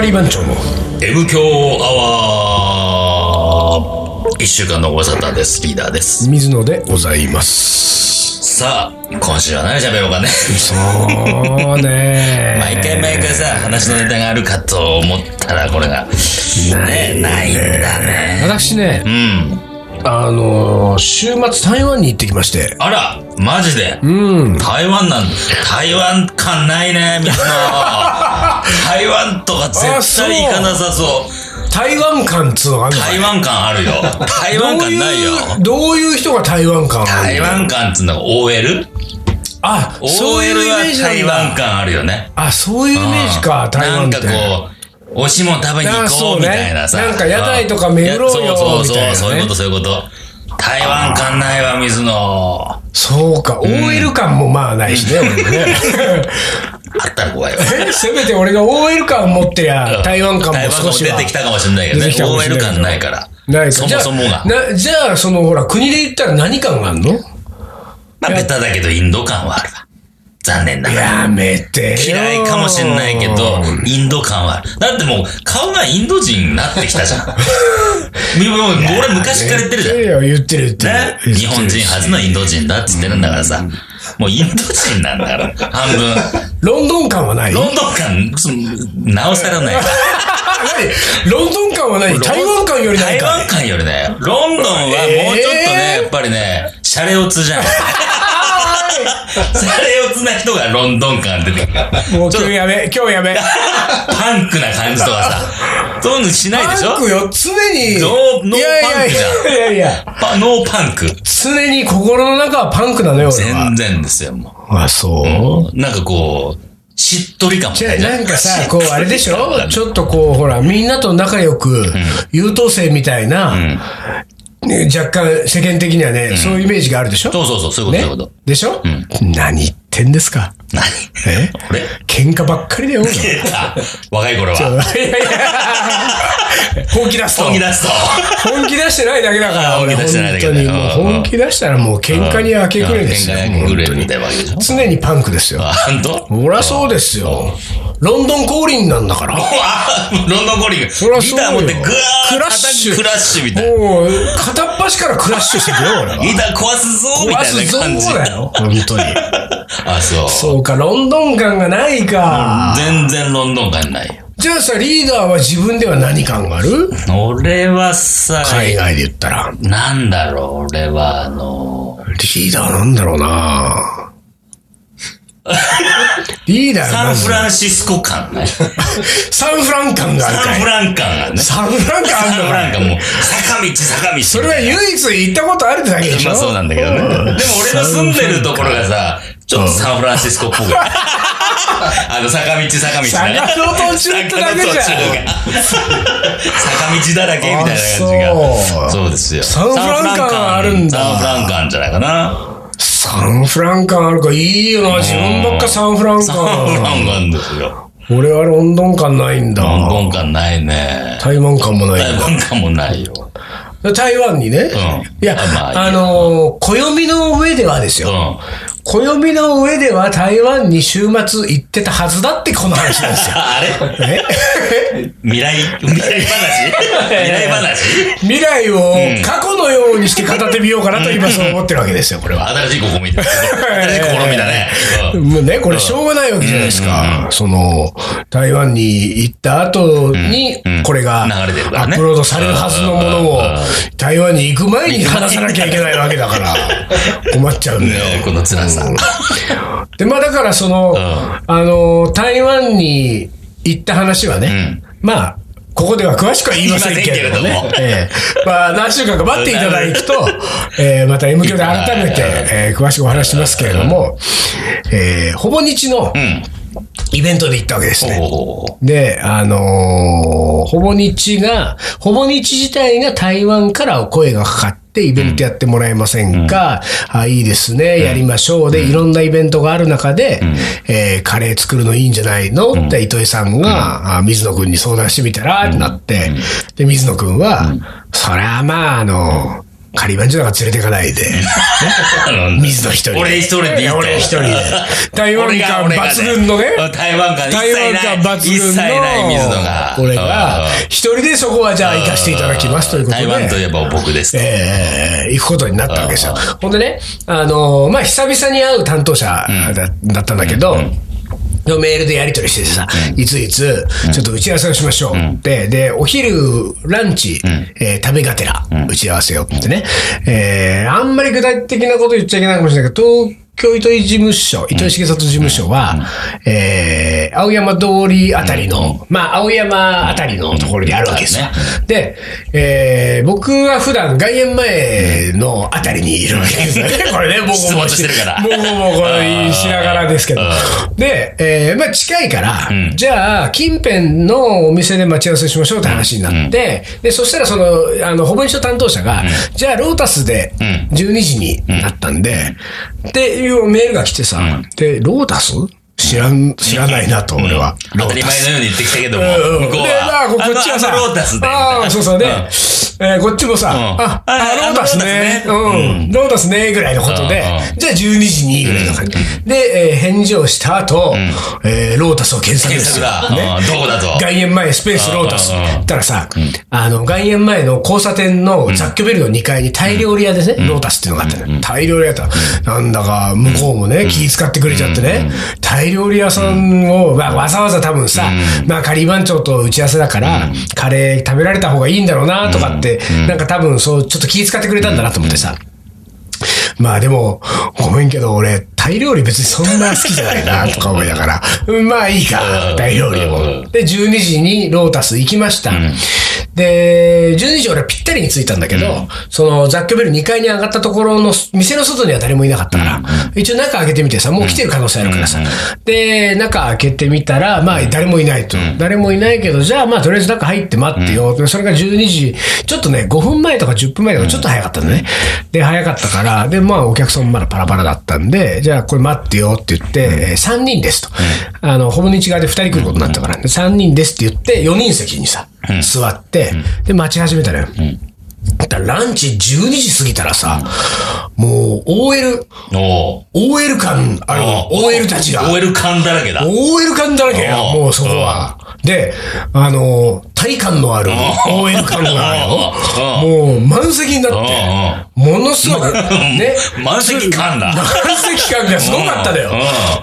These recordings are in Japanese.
リー番長も M 強アワー一週間のご無沙汰です。リーダーです。水野でございます。さあ、今週は何喋ろうかね。そうね毎回毎回さ、話のネタがあるかと思ったら、これが。ね、ないんだね。私ねう、ん。あのー週末台湾に行ってきまして。あら、マジで。うん。台湾なん台湾感ないね、みんな。 台湾とか絶対行かなさそう。台湾感っつうのがあるの台湾感あるよ。台湾どう感ないよ。いう、どういう人が台湾感ある台の湾感っつうのは OL?OL あ、そういうイメーはジな台ん湾だ。感あるよね。あ、そういうイメージか、台湾って。なんかこう、おしも食べにあ行ーそこううねみたいなさ。なんか屋台とか巡ろうよあーみたいなねそうそうそう、そういうこと、そういうこと。台湾感ないわ、水野。あそうか、OL 感もまあないしね、俺もね。 ったら怖いわ。せめて俺が OL 感を持ってりゃ、 台湾感台も湾少感もし出はてきたかもしれないけど出ねてき。たかもしれ OL ない感ないから。ないかそもそもが。じゃあなじゃあ、そのほら、国で言ったら何感があるのまあ、ベタだけど、インド感はあるわ。残念ながら。やめてよ嫌いかもしんないけど、インド感はある。だってもう、顔がインド人になってきたじゃん。 もう俺昔から言ってるじゃん。いや言ってる言ってるね、言ってる日本人初のインド人だって言ってるんだからさ、もうインド人なんだから、半分。ロンドン感は ないロンドン感、そなおさらない。ロンドン感はない台湾感よりないか台湾感よりね、ロンドンはもうちょっとね、えーやっぱりね、シャレオツじゃん。シャレオツな人がロンドン感出てくる。もう今日やめ今日やめパンクな感じとかさ、そういうのしないでしょパンクよ常にノーノーいやいやパンクじゃんいやいやパノーパンク。常に心の中はパンクなのよ俺は全然ですよ、もあそうう。なんかこう、しっとり感もじゃあないじゃんなんかさ、こうあれでしょちょっとこうほら、みんなと仲良く、優等生みたいな、ね若干世間的にはね、そういうイメージがあるでしょそうそうそう、そういうこと、そういうこと。でしょ、何言ってんですか何 え俺喧嘩ばっかりだよ。いあ若い頃は。やいや 本気出すと。本気出すと。本気出してないだけだから。本気出してないだけだ本当にもううん本気出したらもう喧嘩に明け暮れですよ。喧嘩にも明うけ本暮当れみにたいなわけでしょ。常にパンクですよ。あ、ほんとほらそうですよ。ロンドン降臨なんだから。うわロンドン五輪。ギタりゃそうよー持ってグワークラッシュ叩くクラッシュみたいな。もう、片っ端からクラッシュしてくよ、俺は。ギター壊すぞみ壊たいすなぞ感じ。だよ、本当に。あ、そう。そうか、ロンドン感がないか。全然ロンドン感ないよ。じゃあさ、リーダーは自分では何感がある俺はさ、海外で言ったら。なんだろう、俺は、あの、リーダーなんだろうなリーダーサなんだンフろうランシスコ感ね。サンサンフラン感があるかフい。ラン感がね。サンサンフラン感あるフのラかンい。感もう、坂道、坂道。それは唯一行ったことあるってだけでしょまあそうなんだけどね。でも俺の住んでるところがさ、ちょっとサンフランシスコっぽく。 あの、坂道、坂道だね。坂の途中ってだけじゃん坂の途中が坂道だらけみたいな感じあが。そうそうですよ。サンフラン感あるんだサンフラン感じゃないかな。サンフラン感あるか。いいよな。自分ばっかサンフランサンフラ感。ン感ですよ。俺はロンドン感ないんだ。ロンドン感ないね。台湾感もない台んだ。湾感もないよ。台湾にね。うんいや、まああ、のー暦の上ではですうよ。ん。暦の上では台湾に週末行ってたはずだってこの話なんです よ。あれえ未来、 未来話未来話未来を過去のようにして語ってみようかなと今そう思ってるわけですよ、これは。新しい試みだ。新しい試みだね。うんもうね、これしょうがないわけじゃないですか。その、台湾に行った後にうんうん、これが流れてるからアねップロードされるはずのものをうんうんうん、台湾に行く前に話さなきゃいけないわけだから、困っちゃうんだねよ。この辛さ。で、まあだからその、んあの、台湾に行った話はね、まあ、ここでは詳しくは言いませんけれども言いねませんけ。ええまあ、何週間か待っていただくと、えーまた M 教で改めて、えー詳しくお話しますけれども、えーほぼ日のうん。イベントで行ったわけですね。おーで、あのーほぼ日が、ほぼ日自体が台湾からお声がかかって、イベントやってもらえませんか、あ、いいですね、やりましょう。で、いろんなイベントがある中で、えーカレー作るのいいんじゃないの、って糸井さんが、あ水野くんに相談してみたら、ってなって、で、水野くんは、そりゃまあ、あの仮番長なんか連れてかない で。水野一人で。俺一人でいいと俺一 人で。台湾感抜群のね。台湾感一台切湾ない。感抜群一切ない水野がの。俺がうん、一人でそこはじゃあ行かせていただきますということで。台湾といえば僕ですと。ええ行くことになったわけですよ。ほんでね、あのーまあ、久々に会う担当者だ,、ったんだけど、のメールでやり取りしててさ、いついつ、ちょっと打ち合わせをしましょうって、で、お昼、ランチ、えー食べがてら、打ち合わせをってね、えーあんまり具体的なこと言っちゃいけないかもしれないけど、東京糸井事務所、糸井重里事務所は、えー青山通りあたりの、まあ、青山あたりのところにあるわけですよ。で、えー僕は普段外苑前のあたりにいるわけ ですよね。これね、僕出も没してるからもうもうこれしながらですけど。で、えーまあ近いから、じゃあ、近辺のお店で待ち合わせしましょうって話になって、で、そしたらその、あの、保健所担当者が、じゃあ、ロータスで12時になったんで、っていうメールが来てさ、で、ロータス知らん、知らないなと、俺は。当たり前のように言ってきたけども、うんうん向でこうまはあ、ここっちはさ、あのあのロータスで。ああ、そうそうね。えーこっちもさ、あ、ああロータスね。あロうん。ロータスね、ぐらいのことでう、じゃあ12時に、ぐらいの感じ。で、えー返事をした後、えーロータスを検索検す索る。ねだ。うんどこだと。外苑前スペースロータス。うんうんうんたらさ、あの、外苑前の交差点の雑居ビルの2階にタイ料理屋ですね、ロータスっていうのがあったね。タイ料理屋だった。なんだか、向こうもね、気使ってくれちゃってね。タイ料理屋さんを、まあ、わざわざ多分さ、まあ、カリー番長と打ち合わせだから、カレー食べられた方がいいんだろうな、とかって、なんか多分、そう、ちょっと気使ってくれたんだなと思ってさ。まあでも、ごめんけど俺、タイ料理別にそんな好きじゃないな、とか思いながら。うんまあいいかう、んタイ料理うも。んで、12時にロータス行きました。で、12時俺はぴったりに着いたんだけど、その雑居ビル2階に上がったところの、店の外には誰もいなかったから、一応中開けてみてさ、もう来てる可能性あるからさ。で、中開けてみたら、まあ誰もいないと。誰もいないけど、じゃあまあとりあえず中入って待ってよ。それが12時、ちょっとね、5分前とか10分前とかちょっと早かったんだね。で、早かったから、で、まあお客さんもまだパラパラだったんで、じゃあこれ待ってよって言って、えー3人ですと。あの、ほぼ日側で2人来ることになったから、で3人ですって言って、4人席にさ、座って、で、待ち始めたのよ。だからランチ12時過ぎたらさ、もう OL、おう OL 感あるおう OL たちが。 OL 感だらけだ。 OL 感だらけや、うんもうそこは。で、あの、体感のある OL 感があるよ。もう満席になって、ものすご く、ね。満席感だ。満席感がすごかっただよ。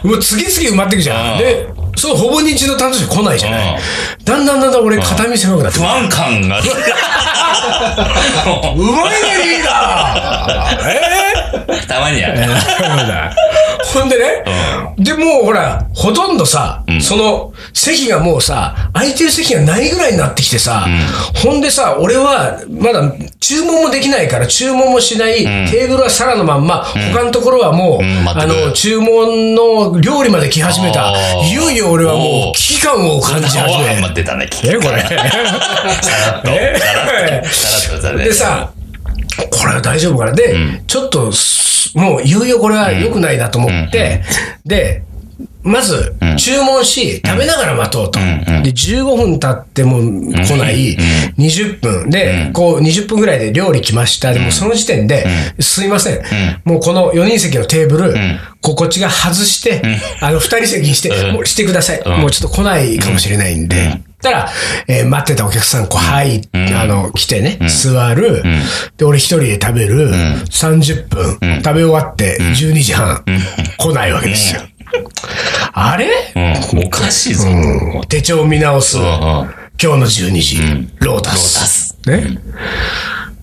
もう次々埋まってくじゃん。うんで、そう、ほぼ日の担当者来ないじゃなうい。だんだんだんだん俺片身狭くなってく不る。安 感が。うまいね、リーダーえーたまにやる。ほんでね、で、もうほら、ほとんどさ、その席がもうさ、空いてる席がないぐらいになってきてさ、ほんでさ、俺はまだ注文もできないから注文もしない、テーブルは皿のまんま、他のところはもう、ん待っあてくの、注文の料理まで来始めたあ。ーいよいよ俺はもうおー危機感を感じ始おめう。出たね。え、これ。さらっと。えさらっと。さらっとだねでさ、これは大丈夫かな。で、ちょっとす、もういよいよこれは良くないなと思って、で、まず、注文し、食べながら待とうと。で、15分経っても来ない、20分。で、こう、20分ぐらいで料理来ました。でも、その時点で、すいません。もうこの4人席のテーブル、こうこっちが外して、あの、2人席にして、もうしてください。もうちょっと来ないかもしれないんで。たら、えー待ってたお客さん、こう、入って、あの、来てね、座る、で、俺一人で食べる、30分、食べ終わって、12時半、来ないわけですよ。あれ、うんおかしいぞ。うん手帳見直す、うんうん今日の12時、ロータス。ね。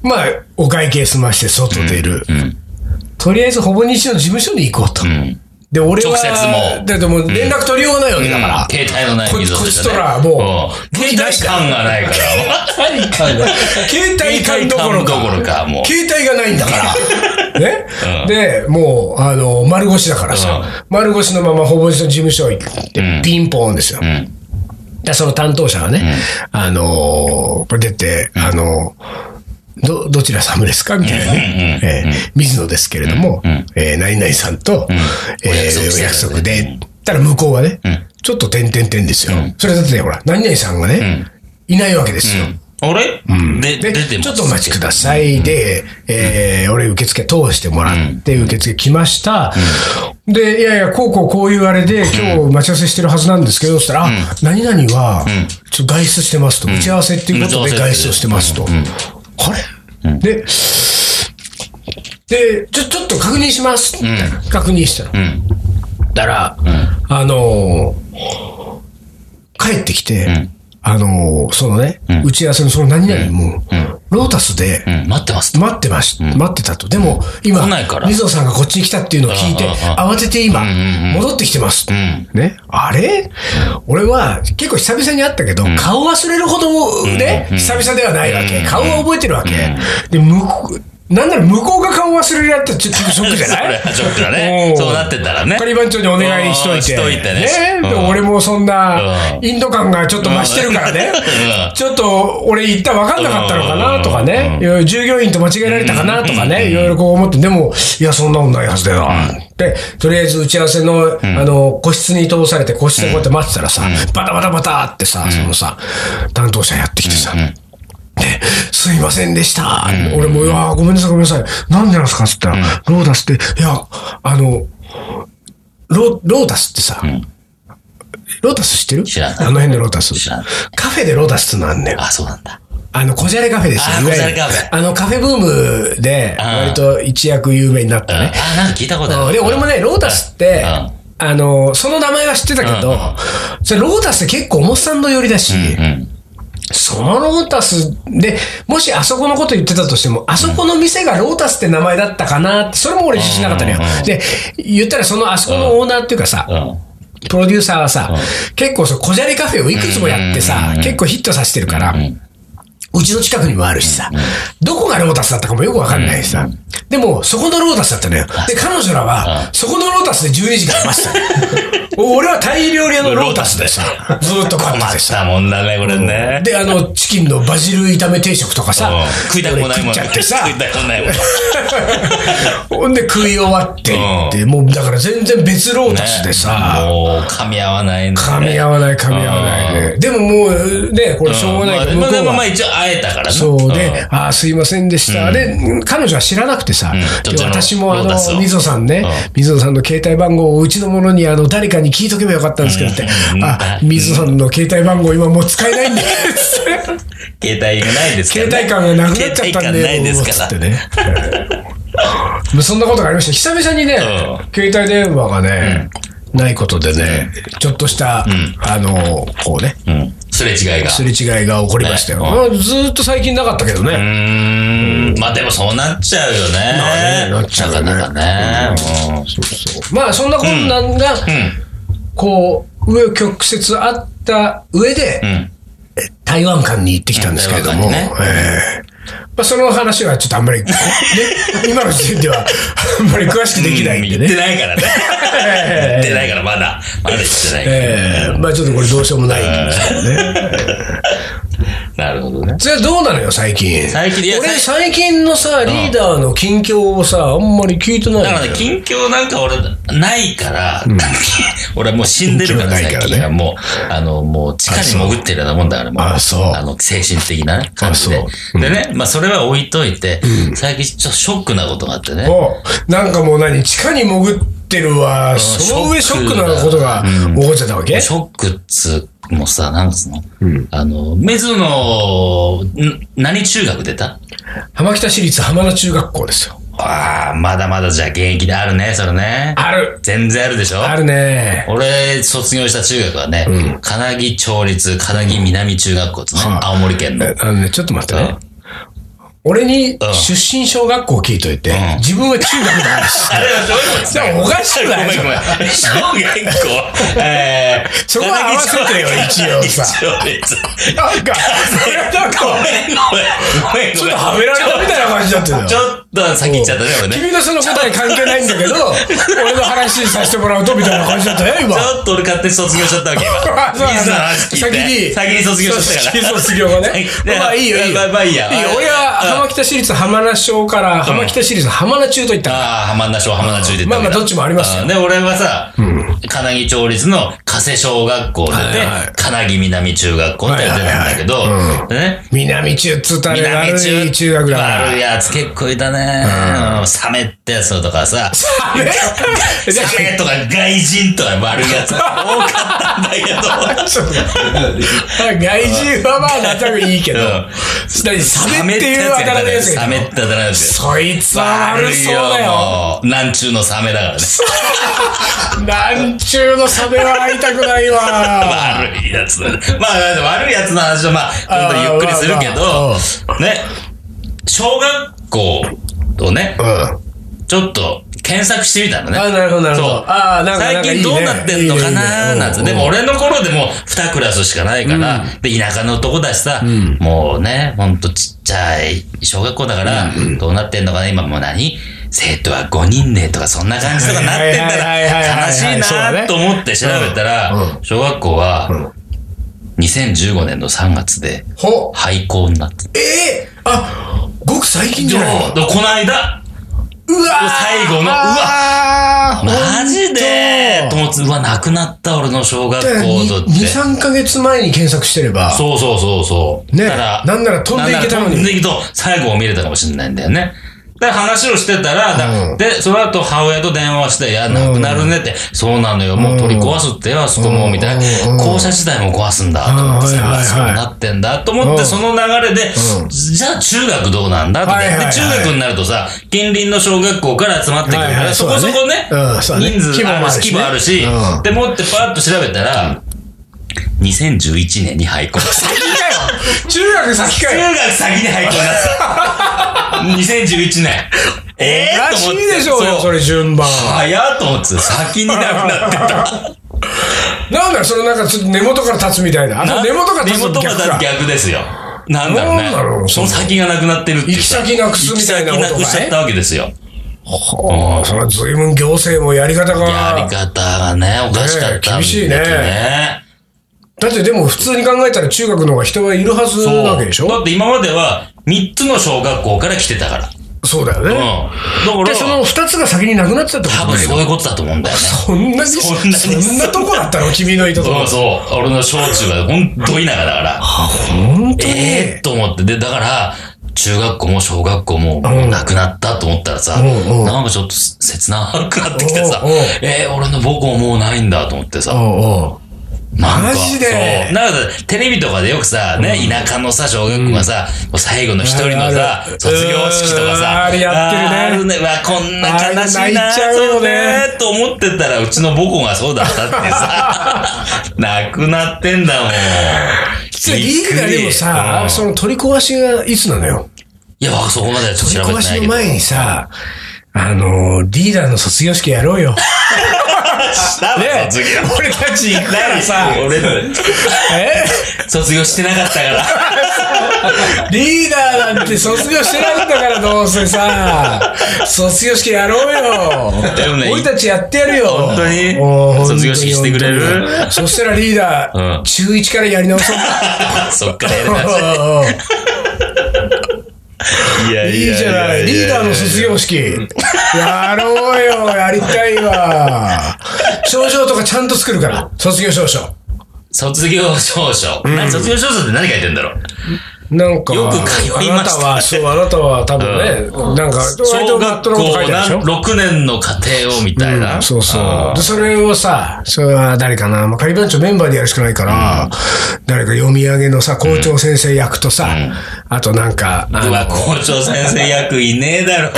まあ、お会計済まして外出る。とりあえず、ほぼ日の事務所に行こうと。で、俺は、直接もうだってもう連絡取りようがないわけだから。携帯のないこ水野こでっしちとたねらもう、うん携帯感がないから。携帯感どころ携帯感どころかかもう携帯がないんだ から。ね、で、もう、あの、丸腰だからさ、丸腰のままほぼじの事務所行って、ピンポーンですよ。でその担当者がね、あのーこれ出て、あのーど、どちら様ですかみたいなね、えー水野ですけれども、えー何々さんと、えお約束ーしおてたん約束だねで、たら向こうがね、ちょっと点々点ですよ。それだってね、ほら、何々さんがね、いないわけですよ。おあれ、で、出で、てまちす。ょっとお待ちください。で、えー俺受付通してもらって、受付来ました。で、いやいや、こうこうこういうあれで、今日待ち合わせしてるはずなんですけど、そしたら、あ何々は、ちょっと外出してますと。打ち合わせっていうことでうん外出をしてますと。あれで、で、ちょ、ちょっと確認します。確認したの。だら、あのー帰ってきて、あのーそのね、打ち合わせのその何々も、ロータスでうん、待ってますと。待ってまし、待ってたと。でも、今、来ないから水野さんがこっちに来たっていうのを聞いて、うんうんう慌てて今、戻ってきてます。んね。あれ俺は、結構久々に会ったけど、顔忘れるほどね、久々ではないわけ。顔は覚えてるわけ。で、向こう、なんなら向こうが顔忘れるやつってちょっとショックじゃない それはショックだねんそうなってたらね仮番長にお願いしといて。うんしといてねでうん俺もそんなう、んインド感がちょっと増してるからねうん。ちょっと、俺言ったら分かんなかったのかなとかね。いろいろ従業員と間違えられたかなとかね。いろいろこう思って、でも、いや、そんなもんないはずだよ。で、とりあえず打ち合わせの、あの、個室に通されて、個室でこうやって待ってたらさ、バタバタバタってさ、そのさ、担当者やってきてさ、ですいませんでした。俺も、いやーごめんなさい、ごめんなさい。なんでなんですかって言ったら、ローダスって、いや、あの、ロローダスってさ、ロータス知ってる知らないあの辺のロータス知らない。カフェでロータスってのあんねん。あ、そうなんだ。あの、こじゃれカフェですよ。あーいわゆるこじゃれカフあの、カフェブームで、あー割と一躍有名になったあね。、なんか聞いたことある。で、俺もね、ロータスって、うんあの、その名前は知ってたけど、うんそれロータスって結構おもっさんの寄りだし、うん。そのロータスで、もしあそこのこと言ってたとしても、あそこの店がロータスって名前だったかなって、それも俺自信なかったのようんうんう。んで、言ったらそのあそこのオーナーっていうかさ、うん。うん。プロデューサーはさ、結構そう、こじゃれカフェをいくつもやってうんうんさう、んうん結構ヒットさせてるから、んうちの近くにもあるしさ、どこがロータスだったかもよくわかんないしさ、でも、そこのロータスだったのよ。で、彼女らは、そこのロータスで12時間いました。 俺はタイ料理屋のロータスでさ、ずーっと買って困ってさた。もんだね、これね。で、あの、チキンのバジル炒め定食とかさうん、食いたくもないもん。俺食っちゃってさ、食いたくもないもん。 ほんで食い終わっていって、もうだから全然別ロータスでさ、もう、噛み合わないんだ噛ねみ合わない噛み合わないで。でももう、ね、これしょうがないから、ま向あこでうもまあは。一応会えたからね。そうで、ああ、すいませんでした。で、彼女は知らなくてさ、どっでちの私もあロータスの、を水野さんね、水野さんの携帯番号をうちのものに、あの、誰かに聞いとけばよかったんですけどって、うんあ、水野さんの携帯番号今もう使えないんですって。携帯がないですから 携ね。帯感がなくなっちゃったん携帯感なで、いですかつらって。ね。 まあそんなことがありました。久々にね、う携帯電話がね、ないことでね、ちょっとした、あの、こうね、うん。すれ違いが。すれ違いが起こりましたよ。ねまあずーっと最近なかったけどうね。ーん。まあでもそうなっちゃうよね。まあねなっちゃうよねなかなかね。そうそうまあ、そんな困難が、こう、上曲折あった上で、うん。うん。台湾館に行ってきたんですけれども、うん台湾館ええまあ、その話はちょっとあんまり、ね、 今の時点では、あんまり詳しくできないんでうん言っね。てない からね。言ってないから、まだ。まだ言ってないから。ええまあちょっとこれどうしようもないんですけどね。なるほどね。 それはどうなのよ、最近。最近いや俺、最最近のさ、リーダーの近況をさ、あんまり聞いてないんだからだねよ。、近況なんか俺、ないから、 俺はもう死んでるから、近況ないから最ね近はもう、あの、もう地下に潜ってるようなもんだから、もあそうあの、精神的なね感じあでそう。でね、まあそれは置いといて、最近ちょっとショックなことがあってね。おなんかもう何、地下に潜ってるわ、その上シショョッッククなことが起こっちゃったわけショックっつうもさ、なんつうの、あの、水野、ん何中学出た浜北市立浜田中学校ですよ。ああ、まだまだじゃあ現役であるね、それね。ある。全然あるでしょあるね。俺、卒業した中学はね、金木町立金木南中学校ですね、はい青森県の。えあのね、ちょっと待ってねあ。俺に出身小学校を聞いといて、うん自分は中学なんです。あれはどういうことじゃあおかしくないごめんごめん。小学校。えー、そこは合わせてよ一応さ金木町立なんか、なんごめか、んごめん。ごめちょっとんごめん。はめられたみたいな感じだったよちょっと先行っちゃったね、俺ね。君のその答え関係ないんだけど、俺の話させてもらうとみたいな感じだったよ、今ち。ょっと俺勝手に卒業しちゃったわけ、あ そう今。なん水野のだ話聞いて。先先にに卒業しちゃ先ったにから。。卒業がね でまあいいよ、いいよ。まあまあいいやいいよ俺は浜北市立浜名小から浜北市立浜名中といった。ああ、浜田小浜田中でまあまあどっちもありますよで、俺はさ、金木町立の加瀬小学校出て、はいはい金木南中学校ってやってたんだけど、はいはいはいでね、南中っつったら悪い中学だから。悪いやつ結構いたね。うんサメってやつとか あさ。れサ メとか外人とか悪いやつ多かったんだけど。外人はまあ、なんとなくいいけど、うん何サメっていうあだ名のやつサがいメるって当たらないですよ。そいつは悪そうだよ。もう。なんちゅうのサメだからね。なんちゅうのサメは会いたくない わ。悪いやつだね。まあ、でも悪いやつの話はまあ、あー本当にゆっくりするけまあまど、ね、小学校をねう、ん。ちょっと検索してみたのね。あ、なるほど、なるそほうど。ああ、なんか、最近どうなってんのかなーなんて。でも俺、俺の頃でも2クラスしかないから、で、田舎のとこだしさ、もうね、ほんとちっちゃい小学校だから、どうなってんのかな今もう何生徒は5人ねとかそんな感じとかなってんだはいはいはいはいはいら、悲しいそうだなねーと思って調べたら、小学校は、2015年の3月でほ、廃校になってええあ、ごく最近じゃないた。でこの間、うわー最後のうわあーマジでーと思って、うわ、なくなった俺の小学校とっ2、て。 3ヶ月前に検索してれば、そうそうそうそう。ねだからなんなら飛んでいけたのになんなら飛んでいけと、最後を見れたかもしれないんだよね。で、話をしてたら、だうんで、その後、母親と電話して、いや、なくなるねって、そうなのよ、もう取り壊すってよ、あそこも、みたいうんうんな。校舎自体も壊すんだ、と思ってうんはいはいはさ、いそうなってんだ、と思っうて、んその流れでうん、じゃあ中学どうなんだとか、はいで、はいはい中学になるとさ、近隣の小学校から集まってくるはいかはら、いそこそこね、そうだねうん人そうだね数ある規し、規模模ああるるししねう、んで、持ってパッと調べたら、2011年に廃校。先かよ中学先か中よ学先に廃校にな った。2011年。ええおかしいでしょうよ、それ順番。早っと思ってた先になくなってた。なんだよ、そのなんかちょっと根元から立つみたいな。あの根元から立つの根元逆がか。逆ですよ。なんだなんだろうろね。うその先がなくなってるっていうさ。行き先なくすみたいなことかい行き先なくしちゃったわけですよ。ほうそれは随分行政もやり方やりが。方がね、おかしかったんだけねえど。厳しいねだってでも普通に考えたら中学の方が人はいるはずそうなわけでしだっょて今までは3つの小学校から来てたから。うそうだよね。ん。だかで、ら、その二つが先になくなっちゃったって多こと分だよそういうことだと思うんだよね。そんなに、そそんなにんなとこだったの君のいたとこそう。そう。俺の小中はほんと田舎だから。本当に。ええと思って。で、だから、中学校も小学校ももうなくなったと思ったらさ、うんうんなんかちょっと切なくなってきてさおうおう、えー、俺の母校もうないんだと思ってさ、おうおうなんかマジでそうなんかテレビとかでよくさ、ね、田舎のさ、小学校がさ、もう最後の一人あのさるあ、る卒業式とかうさ、んあれやってるねあるね。うわ、こんな悲しいな、あれ泣いちゃうよねそうと思ってたら、うちの母校がそうだったっ てさ、なくなってんだもん。リーグがでもさ、うんその取り壊しがいつなのよ。いや、そこまではちょっと調取り壊べてないしけのど。前にさ、あのー、リーダーの卒業式やろう よ。したわ卒業。俺た ち行ったらさ、俺、え卒業してなかったから。 リーダーなんて卒業してないんだからどうせさ、卒業式やろうよ。でもね俺たちやってやるよ。本当にもう本当卒業式してくれる本当にそしたらリーダー、うん中1からやり直そう。そっからやりまし いやいいじゃない。リーダーの卒業式。やろうよ、やりたいわ。症状とかちゃんと作るから、卒業証書。卒業証書。何卒業証書って何書いてんだろうなんか、よく通いましたねあなたは、そう、あなたは多分ね、なんか、割小と納学得のこと書い校てあるでしょな6年の家庭をみたいな。そうそあう。で、それをさ、それは誰かな、まあ、仮番長メンバーでやるしかないから、誰か読み上げのさ、校長先生役とさ、あとなんか、あー。うわ、の校長先生役いねえだ ろ。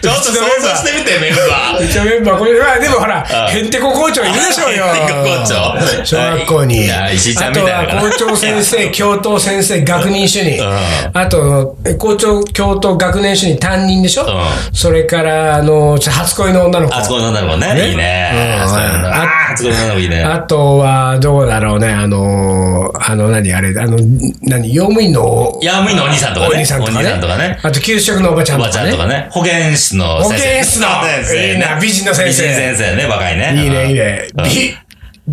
ちょっと想像してみて、メンバー。一応メンバー、これは、でもほら、へんてこ校長いるでしょうよ。へんてこ校長小学校いに。やあ石井ちゃんみとたいなは校長先生、教頭先生、学年主任ん。あと、校長、教頭、学年主任、担任でしょんそれから、あの、ちょ初恋の女の子。あそこの女の子ね。いいね。うんそういうのああ、あそこの女の子いいね。あとは、どうだろうね、あのー、あの、何、あれ、あの、何、用務員のヤームイのお兄さんとかね。お兄さんとかね。とかね。あと、給食のおばちゃおんばとちかゃんねと。かね。保健室の保健室の先生ねいいな美人の先生美人先生ね、若いね。いいね、いいねうん。美、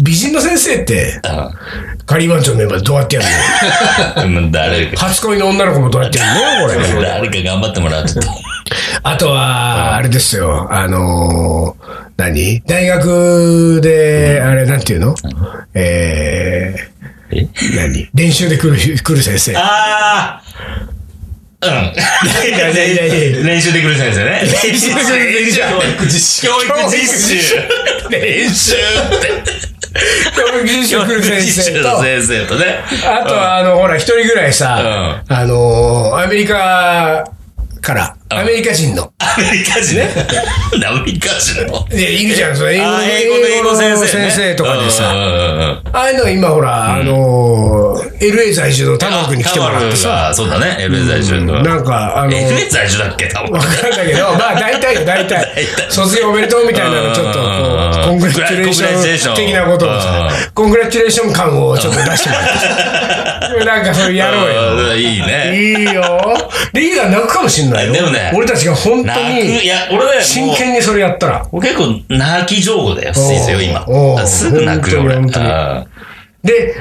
美人の先生って、カリーバンチョのメンバーどうやってやるのうん。うん誰か、初恋の女の子もどうやってやるのこれ。誰か頑張ってもらうちょっと。あとは、あれですよ、あのー何大学で、あれ、なんていうのええー、何練習で来る、来る先生。ああうん。やいやいや練習で来る先生ね。練習で来る先生教育実習。教育実習。練習って。練習来る先生と教育実習の、先生とね。あとは、あの、ほら、一人ぐらいさ、あのーアメリカから、アメリカ人の、アメリカ人ね。アメリカ人の。いやいるじゃん、それ英語あのー英語の英語先生、ね。先生とかでさ、うんうんうんうん。ああいうの今ほら、あのー、LA 在住のタマ君に来てもらってさ、あ。タマルがそうだね、LA 在住の。なんか、あのー、 LA 在住だっけ、タマルわかんないけど、まあ大体よ、大体 大。体卒業おめでとうみたいなのちょっとこう、コうンんグラチュレーシコングラチュレーショョンン的なことをさ、コングラチュレーション感をちょっと出しても らって。なんかそれやろうよ。うんいいね。いいよ。リーダー泣くかもしんないよ。でもね俺たちが本当泣く。いにや、俺だよ、真もう剣にそれやったら。俺結構泣き情報だよ、ですよ、今おう。すぐ泣くよ、本当俺。にう本当にんで、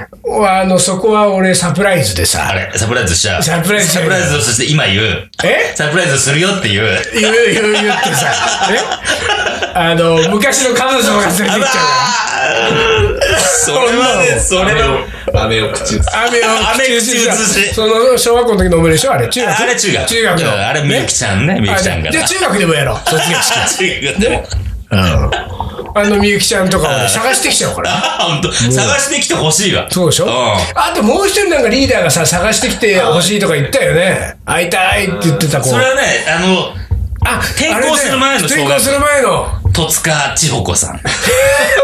あの、そこは俺サプライズであさ、れ、サプライズしちゃう。サプライズしちサゃうプライズをそして今言う。えサプライズするよって言う。言う言う言って さ、えあの、昔の彼女が連れてきちゃそれはね、それは。豆を口移す。うから。雨を雨口移しその、小学校の時のおめでしょあれ、中学あれ中学。中学うんの。あれ、みゆきちゃんね、みゆきちゃんあが。じゃあ中学でもやろう、卒業式。 中学でも。あの、みゆきちゃんとかを探してきちゃうから。あ、本当。探してきてほしいわ。そうでしょん。あともう一人なんかリーダーがさ、探してきてほしいとか言ったよね。会いたいって言ってた子。それはね、あの、あ、転校する前のあれね小学校転校する前の。 戸塚千穂子さん。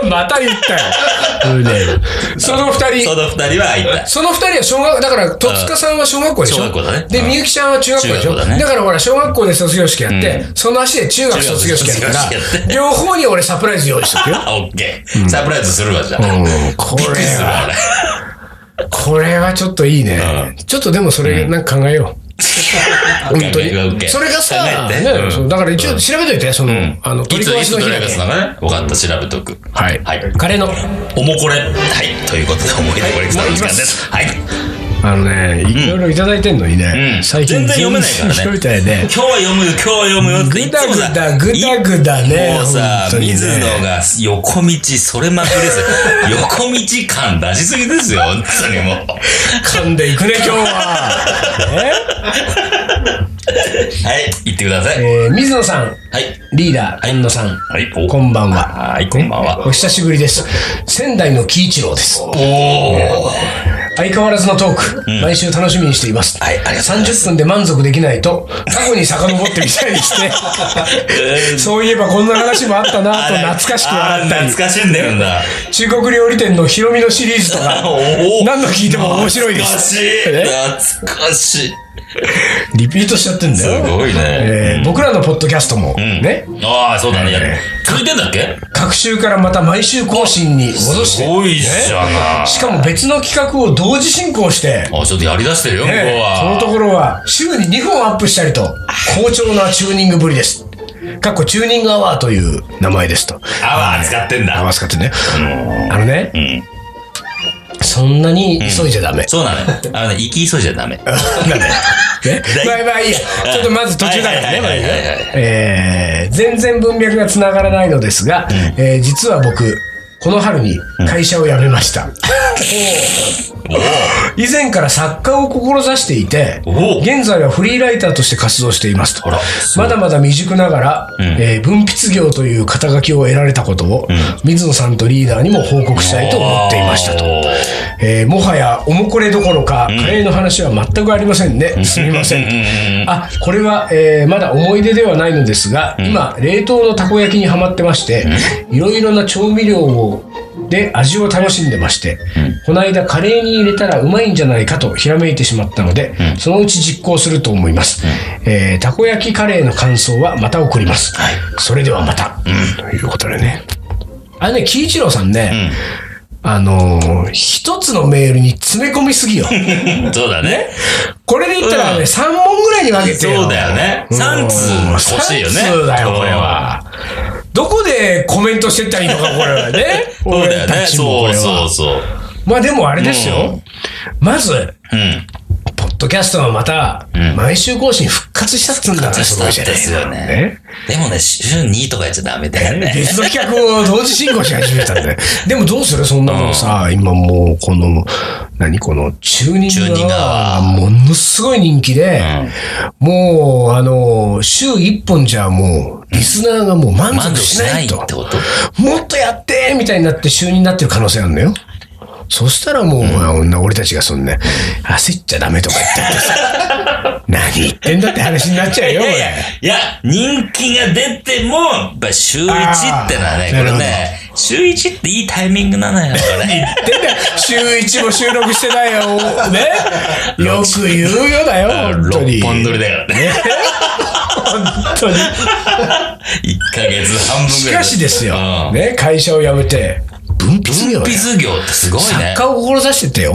また言ったよ。 その二人。その二人は会いたい。その二人は小学、だから、戸塚さんは小学校でしょ小学校だねで、うんみゆきちゃんは中学校でしょ中学校だねからほら、小学校で卒業式やって、うその足で中学卒業式やった中学卒業式やっら、て両方に俺サプライズ用意しとくよ。あ、オッケー。サプライズするわ、じゃあ。うんびっこくれりするわ、は、俺。これはちょっといいね。ちょっとでもそれ、なんか考えよう。本当に考えよう考えよ。うそれがさ、考えてねうんそうだから一応調べといて、その、あの、い取りつ、壊いしつの日取だり返けす。のかね。分かった、調べとく。はいはい。カレーの、おもこれ。はい。ということで、おもいでコレクターの時間です。はい。あのね、いろいろいただいてんのにね、うん最近全然読めないからね全然読めないね今。日は読むよ、今日は読むよっていぐだつもぐさ、だ、ぐだぐだね。もう本さ、当にね水野が横道、それまくれず、横道感出しすぎですよ、本当にもう。噛んでいくね、 今日は。はい、行ってくださえい。はい。えー水野さん、リーダー、遠野さん、はい、おこんばんは。はい、こんばんは。お久しぶりです。仙台の喜一郎です。おー。相変わらずのトーク、毎週楽しみにしています。はいありがとうございま30分で満足できないと、過去に遡ってみたいですね。 えーそういえばこんな話もあったなと懐かしく笑ったあーり、懐かしんでるんだ。中国料理店のヒロミのシリーズとか、おー何度聞いても面白いです。懐かしい。懐かしい。リピートしちゃってんだすよ。ごいね。えー僕らのポッドキャストも、ね、ああ、そうだね。やる続いてんだっけ各週からまた毎週更新に戻しすて、ごいじゃな。しかも別の企画を同時進行して、あ、ちょっとやりだしてるよ、向こうねそのは。ところは週に2本アップしたりと、好調なチューニングぶりです。かっこチューニングアワーという名前ですと。アワー使ってん合だ。わせ方ね。あのね、そんなに急いじゃダメ。そうなのよ。あのね、行き急いじゃ ダメ。 ね、まあまあいいや。ちょっとまず途中だからね。まあはいいいはやいはいはいえー全然文脈がつながらないのですが、えー実は僕、この春に会社を辞めました。 以前から作家を志していて、おお現在はフリーライターとして活動していますとあら。まだまだ未熟ながら、えー文筆業という肩書きを得られたことを、水野さんとリーダーにも報告したいと思っていましたと。えーもはやおもこれどころか、カレーの話は全くありませんね。すみません。あ、これは、えーまだ思い出ではないのですが、今、冷凍のたこ焼きにはまってまして、いろいろな調味料を、で味を楽しんでまして、この間カレーに入れたらうまいんじゃないかとひらめいてしまったので、そのうち実行すると思います、えーたこ焼きカレーの感想はまた送ります、それではまた、ということでねあのね喜一郎さんね、あのー一つのメールに詰め込みす ぎよ。そうだね。これで言ったらね、うん3問ぐらいに分けてよ。そうだよね。うん。 3通欲しいよね。 3通だよ、これは。どこでコメントしてったらいいのか、これはね。うん。 そうだよ俺ね。たちもそこうれはそうそう。まあでもあれですよ。まず、うん。ポッッドキャストがまた、うん毎週更新復活したっつうんだから、復活しすたごんいじゃないですよねねでもね、週2とかやっちゃダメだよね。別の企画を同時進行し始めたん で。でもどうするそんなもんさ、今もうこの、何この、チューニチューニンンググがアものすごい人気で、もう、あの、週1本じゃもう、リスナーがもう満満足足ししなないいってと。こともっとやってみたいになって週2になってる可能性あるのよ。そしたらもう、女俺たちがそんな、焦っちゃダメとか言ってってさ、 何言ってんだって話になっちゃうよ、いこやいれや。、いや、人気が出ても、やっぱ週1ってのはね、あーこれなね、週1っていいタイミングなのよ、これ。言ってんだよ週一も収録してないよ。ね。よく言うよだよ、本当に。 6本撮り。りだからね。本当に。 1ヶ月半分しぐらかい。しですようん。ね、会社を辞めて、分泌業分や泌業ってすごいね作。家を志しててよ。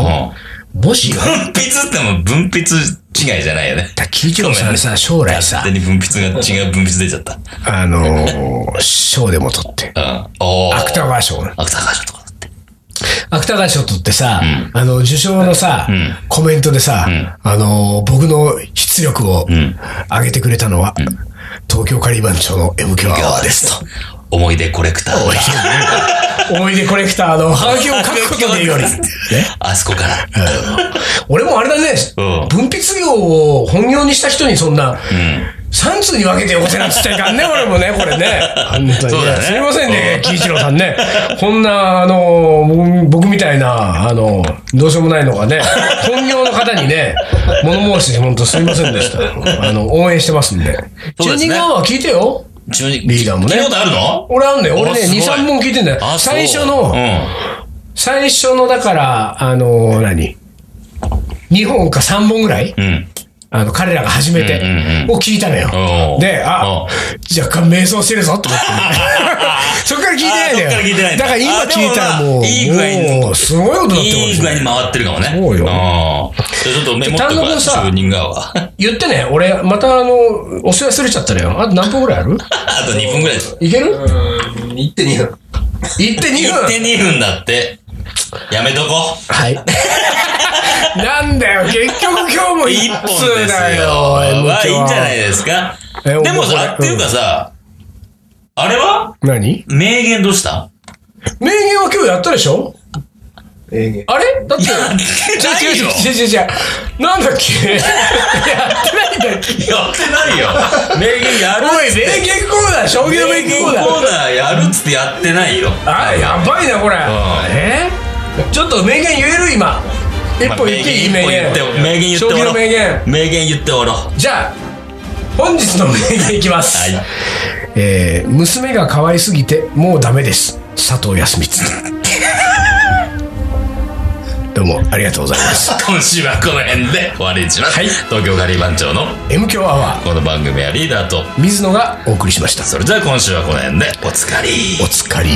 もしよ。分泌っても分泌違いじゃないよね。だ喜一郎さんさ、将来さ勝、手に分泌が違う分泌出ちゃった。あのー、賞でも取って。うん。おー。芥川賞。芥川賞とかだって。芥川賞取ってさ、あの、受賞のさ、コメントでさ、あの、僕の出力を上げてくれたのは、東京カリバン町の M 響アワーですと。思い出コレクターが。 思い出コレクターのハガキを書くことでよ り。ねあそこから。俺もあれだね、うん分泌業を本業にした人にそんな、三通に分けてよこせなんつったらい かんね、俺もね、これね。本当にそうだねすみませんね、喜一郎さんね。こんな、あの、僕僕みたいな、あの、どうしようもないのがね、本業の方にね、物申してし本当すみませんでした。あの、応援してますんで。そうチューニですンねグアワー聞いてよ。中にリーダーもね聞いたことあるの俺あんだよ。俺ね、おすごい2、3本聞いてんだよ。あそう最初の、う最初のだから、あの何 ?2 本か3本ぐらい、ん。うん。あの、彼らが始めて、うんうんを聞いたのよお。うで、あおう、若干迷走してるぞ と思って。そっから聞いてないんだよ。あそっから聞いてないんだだから今聞いたらもう、あでもまあいい具合にもうすごいことだっていい具合に回ってるかもね。そうよんじゃあちょっとメモっと単く独わ、のさ10人側は。言ってね、俺、またあの、お世話忘れちゃったのよ。あと何分ぐらいあるあと2分ぐらいです。いけるうん、1.2分。 ?1.2 分1.2分だって。やめとこう。はい。 なんだよ、結局今日も一一本通ですだよ。よ。まあ、いいんじゃないいですか。えでも俺さ、っていうかさ、あれは何名言どうした名言は今日やったでしょええあれだって、違う違う違う違う違う。なんだっけやってないんだっけやってないよ。名言やるおい、名言コーナー、将棋の名名言言ココーーナー。ナーやるっつってやってないよ。あ、やばいな、これ。えちょっと名言言える今。一まあ歩言っていい名言一本。言って名言言って将おろ棋うの名言。名言言っておろう。はじゃあ、本日の名言いきます。い。えー娘が可愛すぎてもうダメです佐藤康 光どうもありがとうございます今週はこの辺で終わりにします。はい東京ガリバン長の M 強アワーこの番組はリーダーと、水野がお送りしましたそれじゃあ今週はこの辺でおつかり。お疲れ